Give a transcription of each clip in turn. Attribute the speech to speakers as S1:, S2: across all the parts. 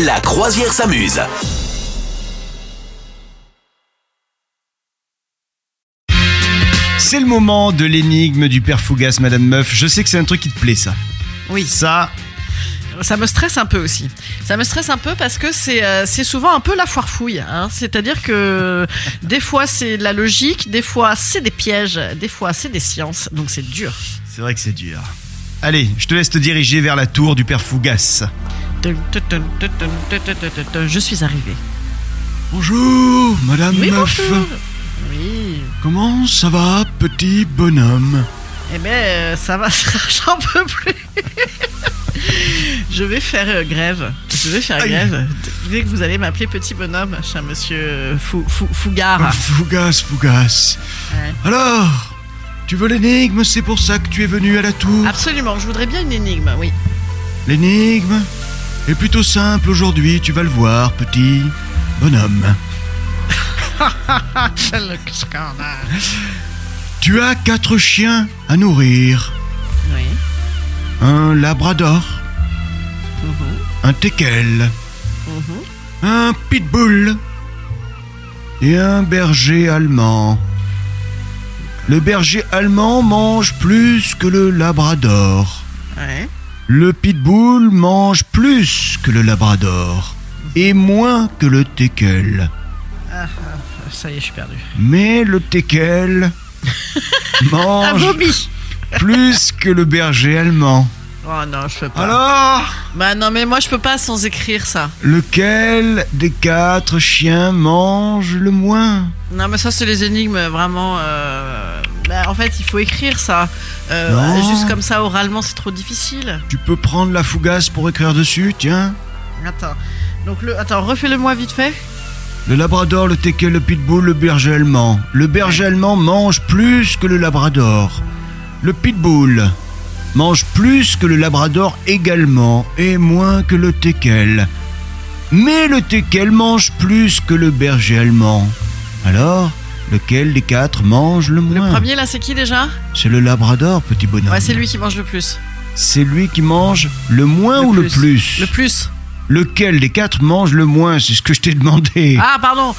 S1: La croisière s'amuse.
S2: C'est le moment de l'énigme du père Fougas, Madame Meuf. Je sais que c'est un truc qui te plaît, ça.
S3: Oui,
S2: Ça,
S3: ça me stresse un peu aussi. Ça me stresse un peu parce que c'est euh, c'est souvent un peu la foire fouille. hein. C'est-à-dire que des fois c'est de la logique, des fois c'est des pièges, des fois c'est des sciences. Donc c'est dur.
S2: c'est vrai que c'est dur. Allez, je te laisse te diriger vers la tour du père Fougas.
S3: Je suis arrivée.
S2: Bonjour, Madame
S3: Oui, bonjour. Oui.
S2: Comment ça va, petit bonhomme
S3: Eh ben, euh, ça va, ça, j'en peux plus. Je vais faire euh, grève. Je vais faire
S2: Aïe.
S3: grève. Dès que vous allez m'appeler petit bonhomme, cher monsieur euh, Fou- Fou-
S2: Ah.
S3: Fougard.
S2: Fougas, Fougas.
S3: Ouais.
S2: Alors, tu veux l'énigme C'est pour ça que tu es venu à la tour.
S3: Absolument, je voudrais bien une énigme, oui.
S2: L'énigme est plutôt simple aujourd'hui, tu vas le voir, petit bonhomme.
S3: Le scandale.
S2: Tu as quatre chiens à nourrir.
S3: Oui.
S2: Un labrador, un teckel, un pitbull et un berger allemand. Le berger allemand mange plus que le labrador.
S3: Ouais.
S2: Le pitbull mange plus que le labrador et moins que le teckel.
S3: Ça y est, je suis perdu.
S2: Mais le teckel
S3: Ah,
S2: mange
S3: vomi
S2: plus que le berger allemand.
S3: Oh non, je peux pas.
S2: Alors
S3: Bah non, mais moi je peux pas sans écrire ça.
S2: Lequel des quatre chiens mange le moins
S3: Non, mais ça c'est les énigmes vraiment. euh, bah, en fait, il faut écrire ça. Euh,
S2: Non.
S3: juste comme ça, oralement, c'est trop difficile.
S2: Tu peux prendre la fougasse pour écrire dessus, tiens.
S3: Attends. Donc le, attends, refais-le moi vite fait.
S2: Le labrador, le teckel, le pitbull, le berger allemand. Le berger allemand mange plus que le labrador. Le pitbull mange plus que le labrador également et moins que le teckel. Mais le teckel mange plus que le berger allemand. Alors, lequel des quatre mange le
S3: Le
S2: moins
S3: premier là, c'est qui déjà
S2: C'est le labrador, petit bonhomme.
S3: Hmm. Ouais, c'est lui qui mange le plus.
S2: C'est lui qui mange le moins
S3: Le
S2: ou le
S3: plus.
S2: plus
S3: Le plus.
S2: Lequel des quatre mange le moins C'est ce que je t'ai demandé.
S3: Ah, pardon.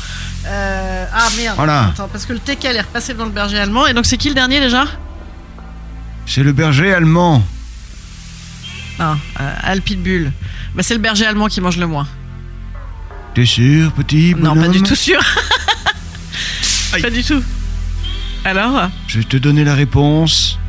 S3: Euh, ah merde.
S2: Voilà.
S3: Attends, parce que le TKL est repassé devant le berger allemand. Et donc c'est qui le dernier déjà
S2: C'est le berger allemand.
S3: Non, euh, Alpitbull. Bah c'est le berger allemand qui mange le moins.
S2: T'es sûr, petit
S3: Non,
S2: bonhomme
S3: pas du tout sûr.
S2: Aïe.
S3: Pas du tout. Alors
S2: Je vais te donner la réponse.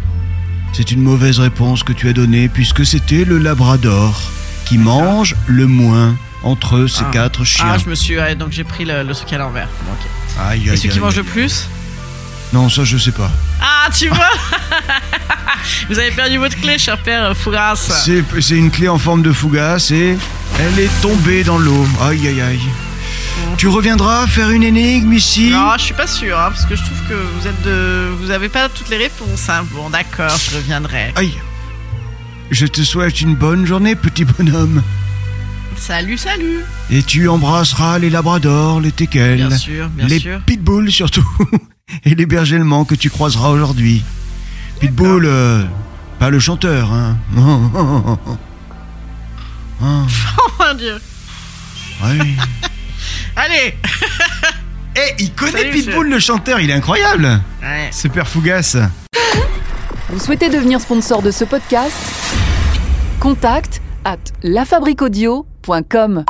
S2: C'est une mauvaise réponse que tu as donnée puisque c'était le labrador qui mange le moins entre ces
S3: Ah.
S2: quatre chiens.
S3: Ah, je me suis. ouais, donc j'ai pris le, le truc à l'envers. Bon, ok.
S2: Aïe,
S3: Et
S2: aïe,
S3: celui qui
S2: aïe,
S3: mange le
S2: aïe.
S3: plus
S2: Non, ça je sais pas.
S3: Ah, tu vois Vous avez perdu votre clé, cher père euh, Fouras.
S2: C'est c'est une clé en forme de fougasse et elle est tombée dans l'eau. Aïe aïe aïe.
S3: Oh.
S2: Tu reviendras faire une énigme ici
S3: Non, je suis pas sûre, hein, parce que je trouve que vous êtes de. Vous avez pas toutes les réponses. hein. Bon, d'accord, je reviendrai.
S2: Aïe. Je te souhaite une bonne journée, petit bonhomme.
S3: Salut, salut
S2: Et tu embrasseras les labradors, les teckels,
S3: Bien sûr, bien
S2: les
S3: sûr.
S2: pitbulls surtout, et les bergers allemands que tu croiseras aujourd'hui. Pitbull, euh, pas le chanteur, hein.
S3: Oh mon dieu
S2: Ouais.
S3: Allez
S2: Eh, il connaît
S3: Salut,
S2: Pitbull, le chanteur, il est incroyable,
S3: Ouais.
S2: ce père Fougas.
S4: Vous souhaitez devenir sponsor de ce podcast Contact à lafabriquaudio.com.